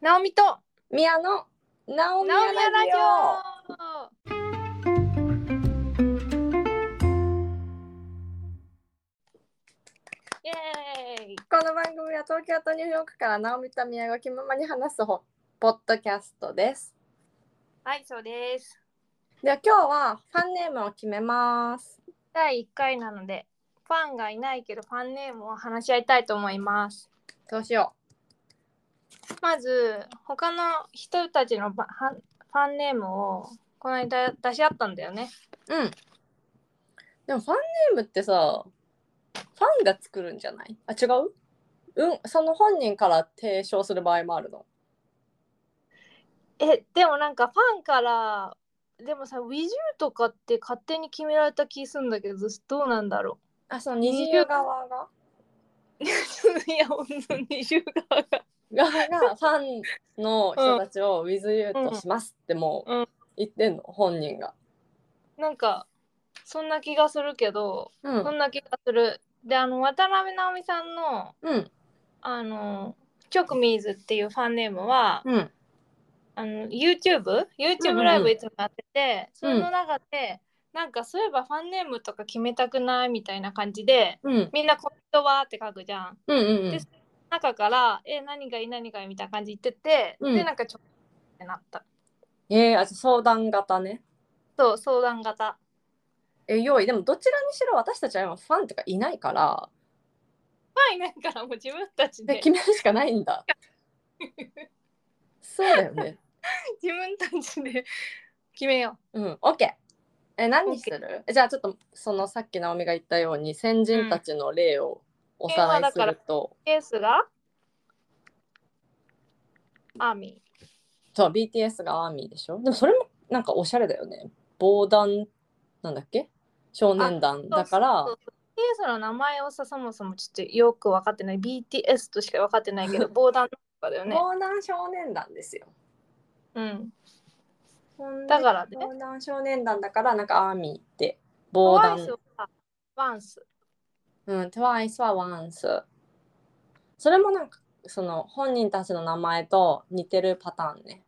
ナオミと宮野なおみやナオミヤララジジオオ。イエーイ。この番組は東京とニューヨークからなおみと宮が気ままに話すほポッドキャストですはい、そうです。では今日はファンネームを決めます第一回なので、ファンがいないけどファンネームを話し合いたいと思います。どうしよまず他の人たちのばはファンネームをこの間出し合ったんだよね。ううんでもファンネームってさファンが作るんじゃないあ違ううんその本人から提唱する場合もあるのえでもなんかファンからでもさ WiZiu とかって勝手に決められた気すんだけどどうなんだろあその二重側がういやほんと20側が側がファンの人たちを with you としますってもううん言ってんの本人がなんかそんな気がするけど、うそんんな気がするであの渡辺直美さんのうんあのチョクミーズっていうファンネームは、うんあの YouTube?YouTube うんうんライブいつもやってて、うんそれの中でなんかそういえばファンネームとか決めたくないみたいな感じでうんみんなコメントはって書くじゃん。うんうんで中から「え何がいい何がいい」みたいな感じ言ってて、うんでなんかちょってなったえー、あ相談型ねそう相談型え用意でもどちらにしろ私たちは今ファンとかいないからファンいないからもう自分たちでで決めるしかないんだそうだよね自分たちで決めようんオッケーえ何にするえじゃあちょっとそのさっき直美が言ったように先人たちの例をおさらいすると、うケースがアーミそう BTS がアーミーでしょでもそれもなんかおしゃれだよね防弾なんだっけ少年団ーだからそうそうケースの名前をさそもそもちょっとよく分かってない BTS としか分かってない けど防弾とかだよね防弾少年団ですようんだからね防弾少年団だからなんかアーミーって防ボーイ弾スはワンスうん TWICE は ONCE それもなんかその本人たちの名前と似てるパターンね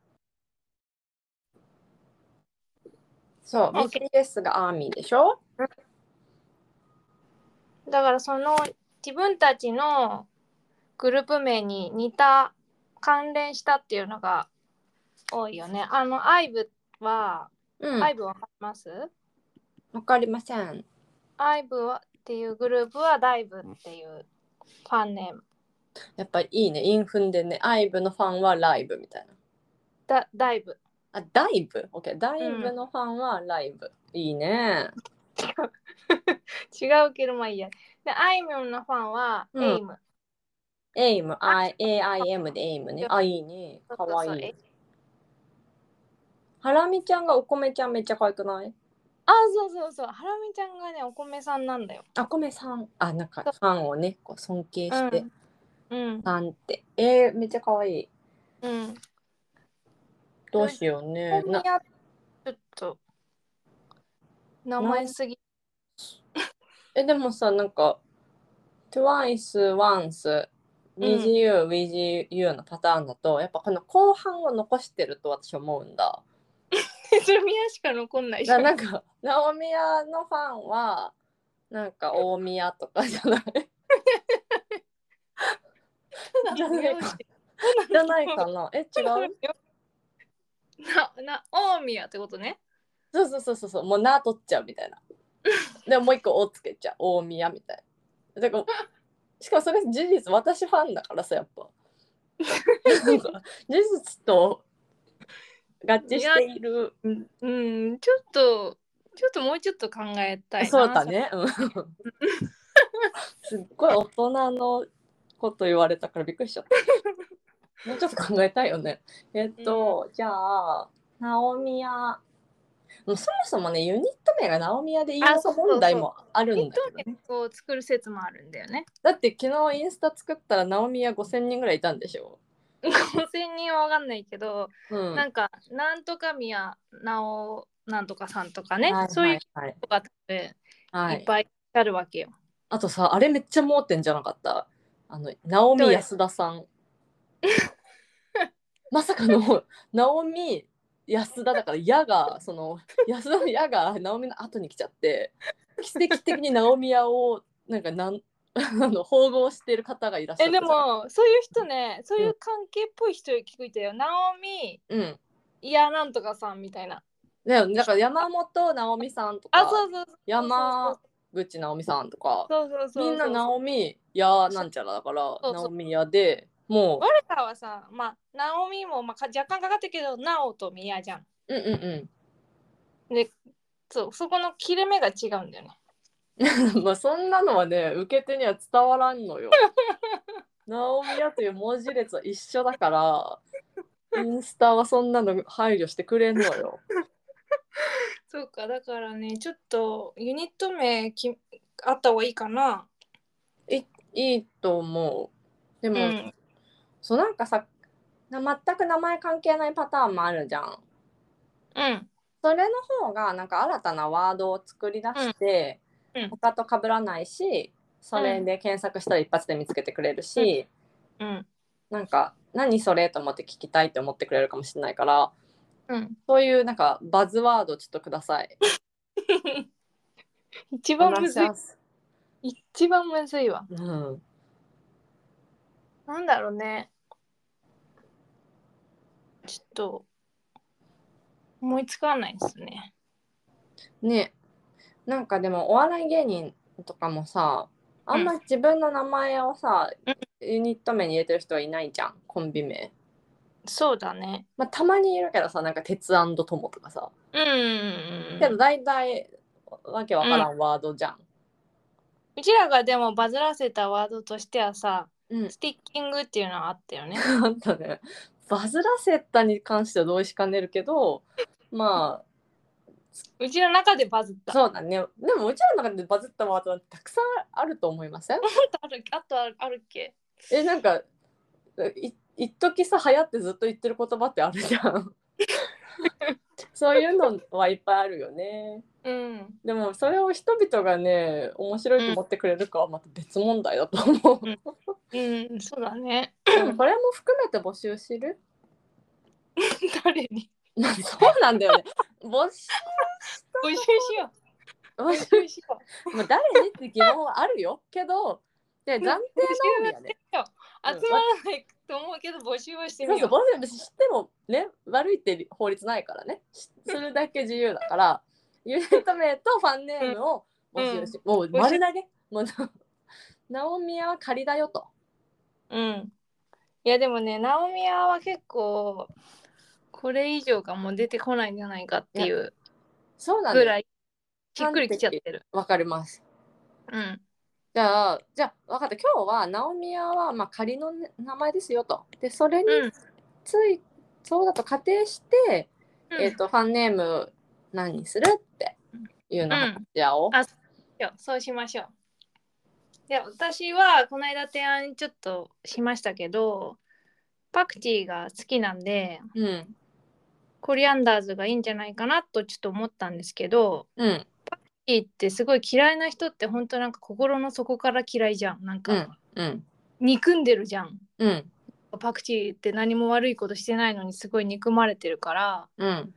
そう OK BTS がアーミーでしょだからその自分たちのグループ名に似た関連したっていうのが多いよね。あの IVE は、うんアイ IVE わかりますわかりません ?IVE はっていうグループはダイブっていうファンネーム。やっぱいいねインフンでねアイブのファンはライブみたいなだダイブ。 あダイブ ?OK ダイブのファンはライブ、いいね違うけどまあいいや。で、あいみょんのファンはうんエイム。エイム I- AIM でエイムねあいいねかわいそうそうそういえハラミちゃんがお米ちゃんめっちゃ可愛くないあ、そうそうそう。ハラミちゃんがね、お米さんなんだよ。あ米さんあなんかファンをねこう尊敬して、うん。なんてえー、めっちゃ可愛いうん。どうしようね本な宮ちょっと名前すぎえでもさなんか TWICE、ONCE、NiziU、WizU のパターンだとやっぱこの後半を残してると私思うんだ。 それ宮しか残んないじゃ。なんなんか直美屋のファンはなんか大宮とかじゃない じゃないかじゃないかなえ違うな、な、大宮ってことね。そうそうそうそうそうもう「な」取っちゃうみたいなでももう一個「お」つけちゃう大宮みたいなだからしかもそれ事実私ファンだからさやっぱなんか事実と合致しているうん、ちょっと、ちょっともうちょっと考えたいな。そうだ。ね。うん すっごい大人のこと言われたからびっくりしちゃっ た。もうちょっと考えたいよね。えっと、じゃあ、ナオミヤ。もうそもそもね、ユニット名がナオミヤでいいのあそうそうかそう問題もあるえんっだけどね、と、を作る説もあるんだよね。だって昨日インスタ作ったらナオミヤ5000人ぐらいいたんでしょ。 5000人はわかんないけど、うん。なんか、なんとか宮、なお、なんとかさんとかね、はいそういうはいはい人が多分いはいっぱいあるわけよ。あとさ、あれめっちゃ盲点じゃなかった。あの、ナオミ安田さん。 まさかの直美安田だから「矢がその安田の「矢が直美の後に来ちゃって奇跡的に直美屋をなんかなん あの縫合してる方がいらっしゃえるでもそういう人ねそういう関係っぽい人聞いたよ、ナオミうんいやなんとかさんみたいなだよねだから山本直美さんとあかそうそうそう山口直美さんとかそうそうそうそうみんな直直美屋なんちゃらだからそうそう直美屋でも我らはさまあナオミも、まあ、か若干かかってるけどナオとミヤじゃんううんうんでそうそこの切れ目が違うんだよねうん まあそんなのはね受け手には伝わらんの よ直美屋という文字列は一緒だからインスタはそんなの配慮してくれんのよそうかだからねちょっとユニット名きあった方がいいかないいと思うでうも、んそうなんかさな全く名前関係ないパターンもあるじゃんうんそれの方がなんか新たなワードを作り出して、うんうん他と被らないしそれで検索したら一発で見つけてくれるし、うんなんか何それと思って聞きたいって思ってくれるかもしれないからうん、そういうなんかバズワードちょっとください。一番むずい一番むずいわうん、なんだろうねちょっと思いつかないですねねなんかでもお笑い芸人とかもさあんま自分の名前をさ、ユニット名に入れてる人はいないじゃんコンビ名。そうだねまあ、たまにいるけどさなんか「鉄友」とかさうんけど大体わけわからんワードじゃん。うちらがでもバズらせたワードとしてはさうん、スティッキングっていうのはあったよね あんたねバズらせたに関しては同意しかねるけどまうちの中でバズっあたそうだねでもうちらの中でバズったワードはたくさんあると思いませんあるあとあるあるっけえなんかい一時さ流行ってずっと言ってる言葉ってあるじゃ ん。そういうのはいっぱいあるよね。うんでもそれを人々がね面白いと思ってくれるかはまた別問題だと思う。うんうんそうだね でもこれも含めて募集する誰にま あそうなんだよね。募集、募集しよう募募集、集しようまあ、誰にって疑問はあるよけど、で、暫定なんだよね。集まらないと思うけど募集をしてそうみそう、よ募集別に知ってもね、悪いって法律ないからね。しするだけ自由だ から、ユニット名とファンネームを募集し、もう丸投げ。もう、ナオミヤは仮だよと。う。うん。いやでもね、ナオミアは結構これ以上がもう出てこないんじゃないかっていうそうなんぐだらよ。いしっくりきちゃってる。わかります。うん。じゃあ、じゃあ、わかった。今日は、ナオミヤは、まあ、仮のね名前ですよと。で、それにうん。つい、そうだと仮定して、うんえっ、と、ファンネーム何にするっていうのを話し合おう。あそうしましょう。いや私はこの間提案ちょっとしましたけどパクチーが好きなんでうん。コリアンダーズがいいんじゃないかなとちょっと思ったんですけどうん。パクチーってすごい嫌いな人って本当なんか心の底から嫌いじゃんなんうかん。うん。憎んでるじゃん、うん。パクチーって何も悪いことしてないのにすごい憎まれてるからうん。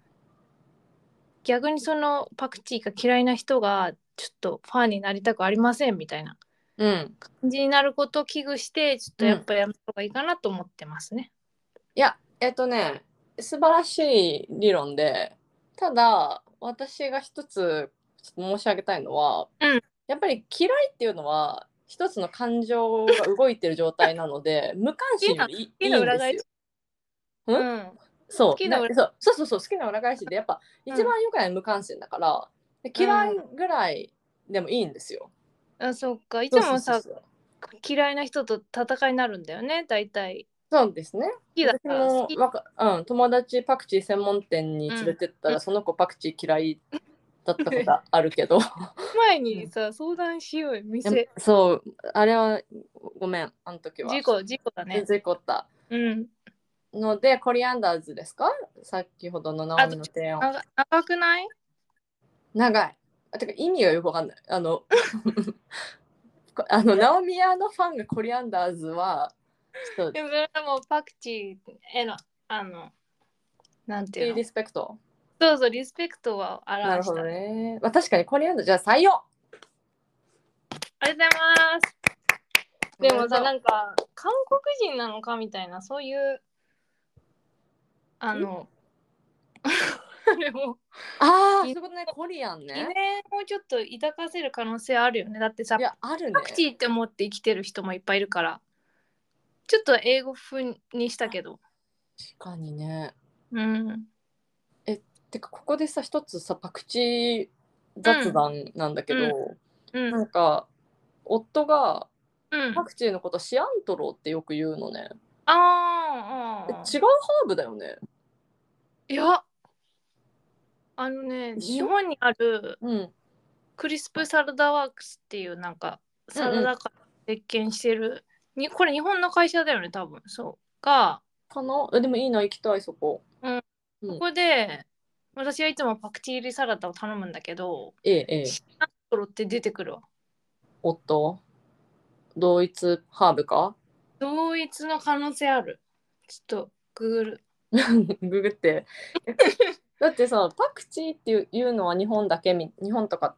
逆にそのパクチーが嫌いな人がちょっとファンになりたくありませんみたいなうん。感じになることを危惧してちょっとやっぱやめた方がいいかなと思ってますね。いや、えっ、とね、素晴らしい理論で、ただ、私が一つちょっと申し上げたいのは、うんやっぱり嫌いっていうのは、一つの感情が動いてる状態なの で、無関心よりいいい好きいなん裏返でしすよ。うんん、そう好きなな裏そうそうそうそう好きな裏返しでやっぱうん一番良くないのは無関心だから、で嫌いぐらいでもいいんですよ。あそっかいつもそうさそうそう嫌いな人と戦いになるんだよね大体。そうですね。好きだ私から好もきわか、うん、友達パクチー専門店に連れてったら、うんその子パクチー嫌いだったことある けど前にさ、相談しようよ店そうあれはごめんあの時は事故事故だね。事故ったうん、のでコリアンダーズですか先ほどのナオミの提案長長くない長いあてか意味がよくわかんないあの こあのナオミヤのファンがコリアンダーズはちょっとでもそれはもうパクチーへのあのなんていリうのリスペクト。そうそうリスペクトは表したなるほどね。まあ、確かにこれやんだ。じゃあ採用ありがとうございますでもさおめなでんか韓国人なのかみたいなそういう あのあれもとうああ、そういうことね。コリアン疑ね念。をちょっと抱かせる可能性あるよねだってさいや、あるねパ。クチーって思って生きてる人もいっぱいいるからちょっと英語風にしたけど確かにね。うんてか、ここでさ、一つさ、パクチー雑談なんだけど、うなんんか、夫がうんパクチーのことシアントロってよく言うのね。あえーあー違うハーブだよね。いやあのね一緒日本にあるうん。クリスプサラダワークスっていうなんかサラダから設計してる、にこれ日本の会社だよね多分そうがかなえでもいいな、行きたい、そこ。うんここで私はいつもパクチー入りサラダを頼むんだけどええ、ええ。トロって出てくるわ夫同一ハーブか 同一の可能性あるちょっとグーグルググ って。だってさ、パクチーっていういうのは日本だけみ、日本とか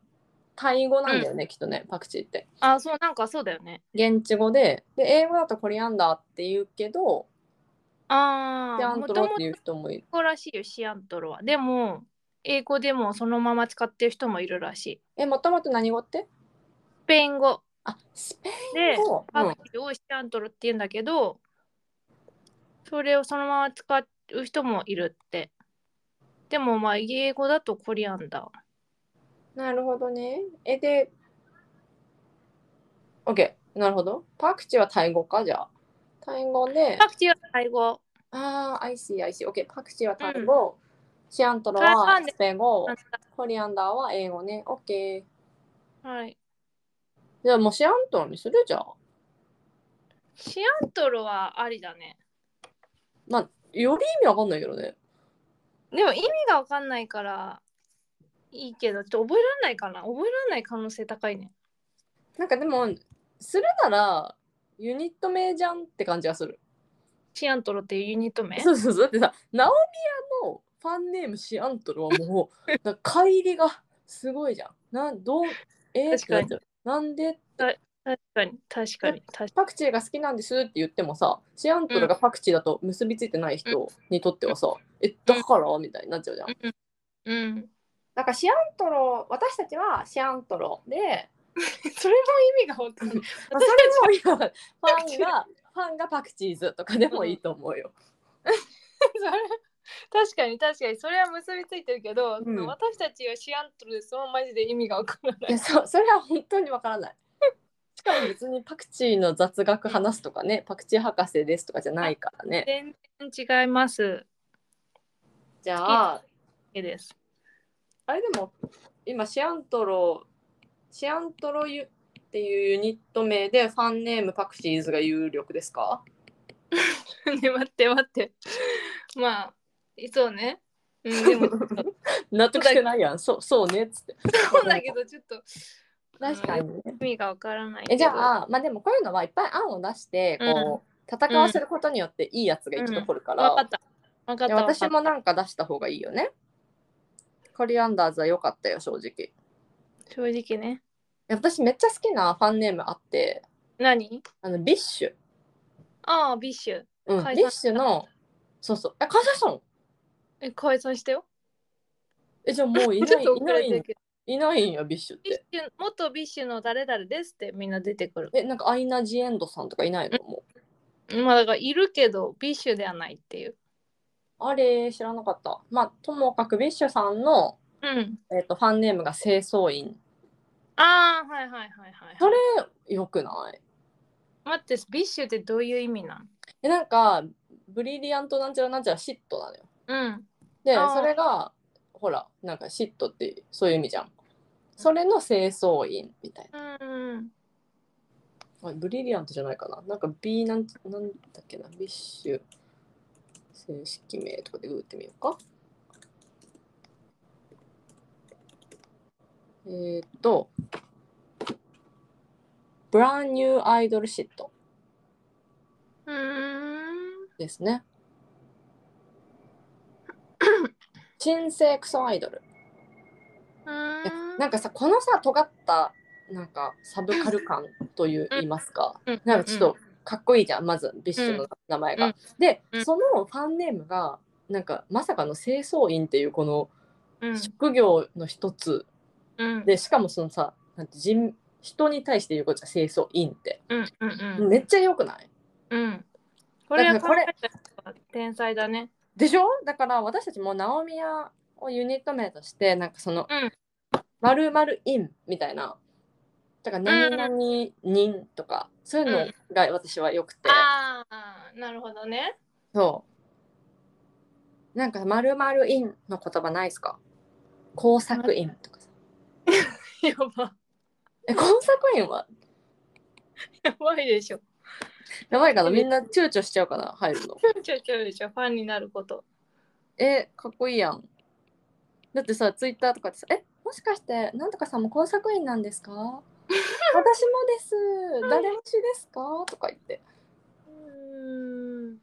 タイ語なんだよね、きっとね、パクチーって。あそうなんかそうだよね現地語で、で、英語だとコリアンダーって言うけど、あシアあンもトとロもってという人もいる。こらしいよシアントロはでも英語でもそのまま使ってる人もいるらしいえ、もともと何語ってスペイン語あ、スペでイン語。うパんクチーをシアントロって言うんだけど、それをそのまま使う人もいるってでもまあ英語だとコリアンダーなるほどね。え、で、OK。なるほど。パクチーはタイ語か、じゃあ。タイ語で、パクチーはタイ語ああ、I see, I see. OK。パクチーはタイ語、シアントロそれはなんでスペイン語なん、コリアンダーは英語ね。OK。はいじゃあもうシアントロにするじゃあ。シアントロはありだねまあ、より意味わかんないけどね。でも意味がわかんないからいいけどちょっと覚えられないかな覚えられない可能性高いねなんかでも、するなら、ユニット名じゃんって感じがする。シアントロっていうユニット名そうそうそう。だってさ、ナオミヤのファンネームシアントルはも う、なんか乖離がすごいじゃん。なんどうえー、確かにってなっちゃうなんで確かに確かに確かパクチーが好きなんですって言ってもさ、シアントルがパクチーだと結びついてない人にとってはさ、え、だからみたいになっちゃうじゃん。にうん、うん、 なんかシアントロ、私たちはシアントロで、それも意味がわかんない まあそれも今、ファンが、ファンがパクチーズとかでもいいと思うよ。 それ確かに確かにそれは結びついてるけど、うん私たちはシアントルでそのままマジで意味がわからないいやそそれは本当にわからない。しかも別にパクチーの雑学話すとかね、パクチー博士ですとかじゃないからね。全然違いますじゃあ、絵ですあれでも今シアントロ、シアントロユっていうユニット名でファンネームパクチーズが有力ですか ね待って待ってまあそうねうんで も納得してないやん。そうそうねっつって。そうだけ どちょっと確かにね。意味がわからないえじゃああ、まあでもこういうのはいっぱい案を出して、こう、戦わせることによっていいやつが生き残るから。わかったわかっいたやわかっ私たもなんか出した方がいいよね。コリアンダーズは良かったよ、正直。い正直ねや私めっちゃ好きなファンネームあって、何あのビッシュ。ああビッシュうん、解散ビッシュの、そうそう。え、解散したのえ解散したよえ、じゃあもう いちなょっい、とい遅なれてるい、けどいないんや、ビッシュっビッて。シュ元ビッシュの誰々ですってみんな出てくるえ、なんかアイナ・ジ・エンドさんとかいないのもう。まあだからいるけどビッシュではないっていうあれ、知らなかった。まあ、ともかくビッシュさんの、うんえっとファンネームが清掃員。ああはいはいはいはいそれ、よくない待ってビッシュってどういう意味なのえ、なんか、ブリリアントなんちゃらなんちゃら嫉妬なのよ。うんであーそれがほらなんか嫉妬ってそういう意味じゃんそれの清掃員みたいうんなあブリリアントじゃないかななんか B なんなんだっけなビッシュ正式名とかでググってみようかえー、っとブランニューアイドル嫉妬うんですね新生クソアイドル。うーんなんかさこのさ尖ったなんかサブカル感という言いますか、うんなんかちょっとかっこいいじゃんまずビッシュの名前が。うんでうんそのファンネームがなんかまさかの清掃員っていうこのうん職業の一つうんでしかもそのさなんて人人に対して言うことじゃん清掃員って、うんうんめっちゃよくないうんこれはだからこれ考えた人は天才だねでしょだから私たちもナオミヤをユニット名としてなんかそのうん「まるまるイン」みたいなだから「何々人」とかそういうのが私はよくて、ああなるほどねそうなんか「まるまるイン」の言葉ないですか工作員とかさやばえ工作員はやばいでしょやばいかなみんな躊躇しちゃうかな入るのちょちょちょファンになることえかっこいいやんだってさツイッターとかでさ「えもしかしてなんとかさんも工作員な んですか私もです誰推しですか?」とか言ってうーん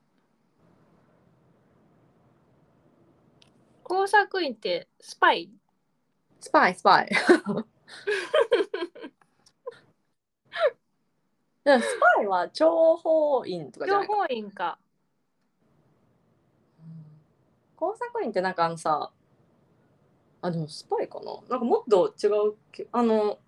工作員ってスパイ「スパイスパイ」 でもスパイは諜報員とかじ情ゃないか報員か工作員ってなんかあのさあでもスパイかななんかもっと違うけあの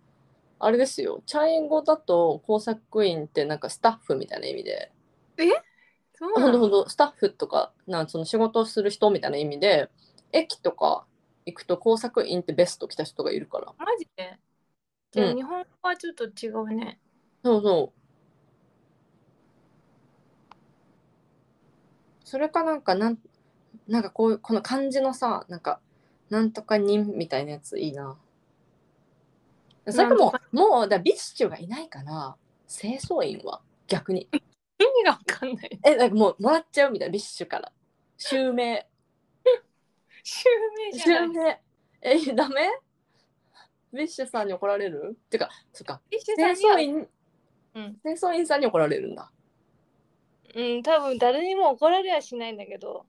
あれですよチャイ語だと工作員ってなんかスタッフみたいな意味でそうほなんとのほんとスタッフとかなんその仕事をする人みたいな意味で駅とか行くと工作員ってベスト着た人がいるからマジでじゃあうん日本語はちょっと違うね、そうそうそれかなんかなんなんかこういうこの漢字のさなんかなんとか人みたいなやついいなそれかもなんうもうだからビッシュがいないから清掃員は逆に意味がわかん ないえなんかもうもらっちゃうみたいなビッシュから襲名襲名じゃない襲名え ダメビッシュさんに怒られるってかそっか一緒清さん掃に員、うん清掃員さんに怒られる んだはうん多分誰にも怒られはしないんだけど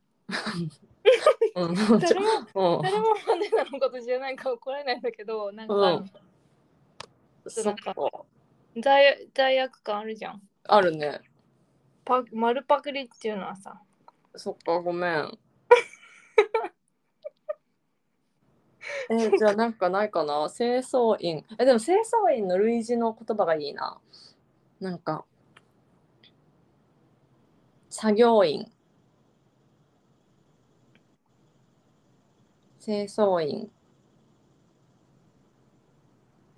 うん誰も うん誰もマネナのことじゃないから怒られないんだけどなんか、うんそなっんかか罪罪悪感あるじゃんあるねパ丸パクリっていうのはさそっかごめ んえじゃあなんかないかな清掃員えでも清掃員の類似の言葉がいいななんか作業員清掃員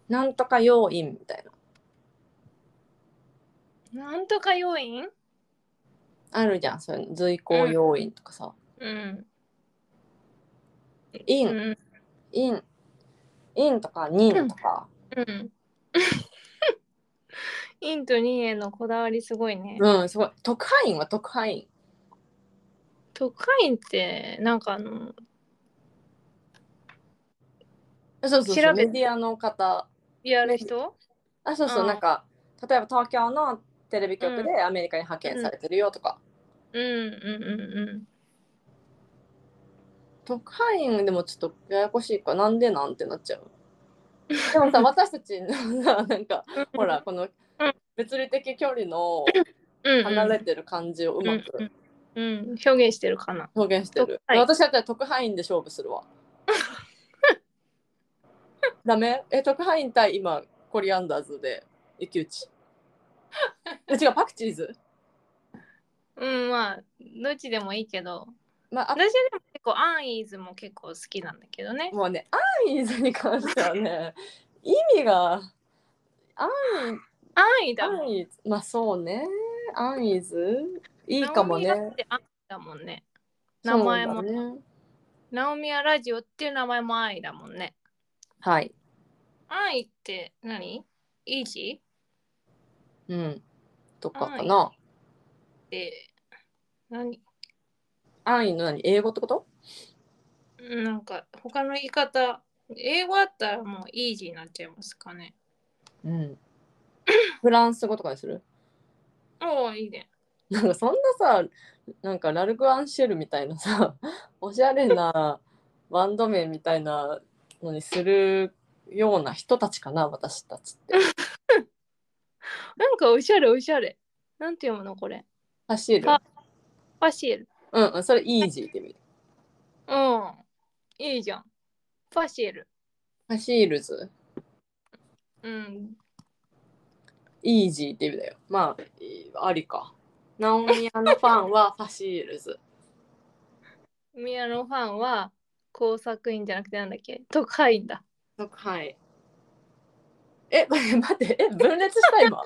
なんとか要員みたいななんとか要因あるじゃんそういうの随行要員とかさ、うん員うんイン、インとかニンとか、うん インとニーへのこだわりすごいね、うん、すごい。特派員は特派員。特派員ってなんかあのそうそうそ調う、べメディアの方。やる人あ、そうそう、うんなんか、例えば東京のテレビ局でアメリカに派遣されてるよとか。うんうんうんうん特派員でもちょっとややこしいから、なんでなんてなっちゃう。で もさ、私たちのさ、なんか、ほら、このうん物理的距離のうんうん離れてる感じをうまくうんうん、うん表現してるかな表現してる。うん私だったら特派員で勝負するわ。 ダメえ、特派員対今、コリアンダーズで一騎打ち。え違う、パクチーズ。うんまあどっちでもいいけどまあ、私あはでも結構アンイーズも結構好きなんだけどねもうね、アンイーズに関してはね、意味が、アンアンイだアもんンイーズ、まあそうね、アンイーズ、いいかもねナオミ。だってアンイだもんね名前もそうだね。ナオミアラジオっていう名前もアンイだもんねはい。アンイって何イージうん。とかかな。ーって何アンイの何英語ってことうんなんか他の言い方英語だったらもうイージーになっちゃいますかねうん。フランス語とかにするおおいいね なん かそんなさなんかラルク・アンシェルみたいなさおしゃれなバンド名みたいなのにするような人たちかな私たちって。なんかおしゃれおしゃれ。なんて読むのこれ。走るあファシエル。うんうんそれイージーで見る。うん。いいじゃん。ファシエル。走るズうん。イージーって意味だよ。まあいありか。ナオミアのファンはファシールズ。宮のファンは工作員じゃなくてなんだっけ特派員だ。はい。え、 これ待って、え、分裂した今。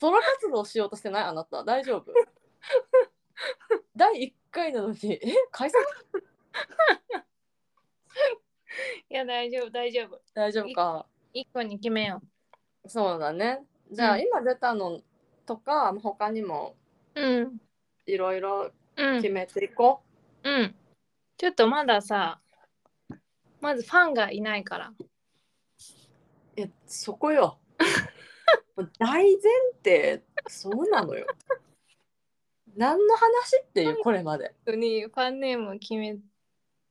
ソロ活動しようとしてないあなた、大 丈夫第1回なのに、え、解散いや大丈夫大丈夫。大丈夫か。一個に決めよそうだね。じゃあ、うん今出たのとか、他にもう。うん。いろいろうん決。めていこうん。ちょっとまださ、まずファンがいないから。う。え、そこ よ。もう大前提、そうなのよ。何の話っていう、これまで。本当にファンネーム決め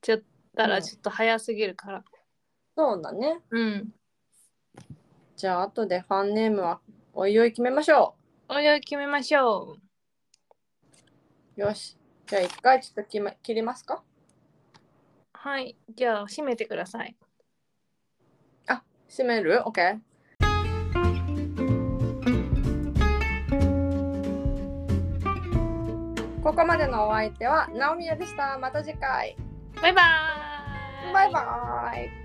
ちゃったうらんちょっと早すぎるから。そうだね。うん。じゃあ、後でファンネームはおいおい決めましょおいおい決めましょう。う。よし。じゃあ、一回ちょっと決め切りますかはい。じゃあ、閉めてください。あ、閉める ?OK。ここまでのお相手は、ナオミヤでした。また次回。バイバーイバイバーイ。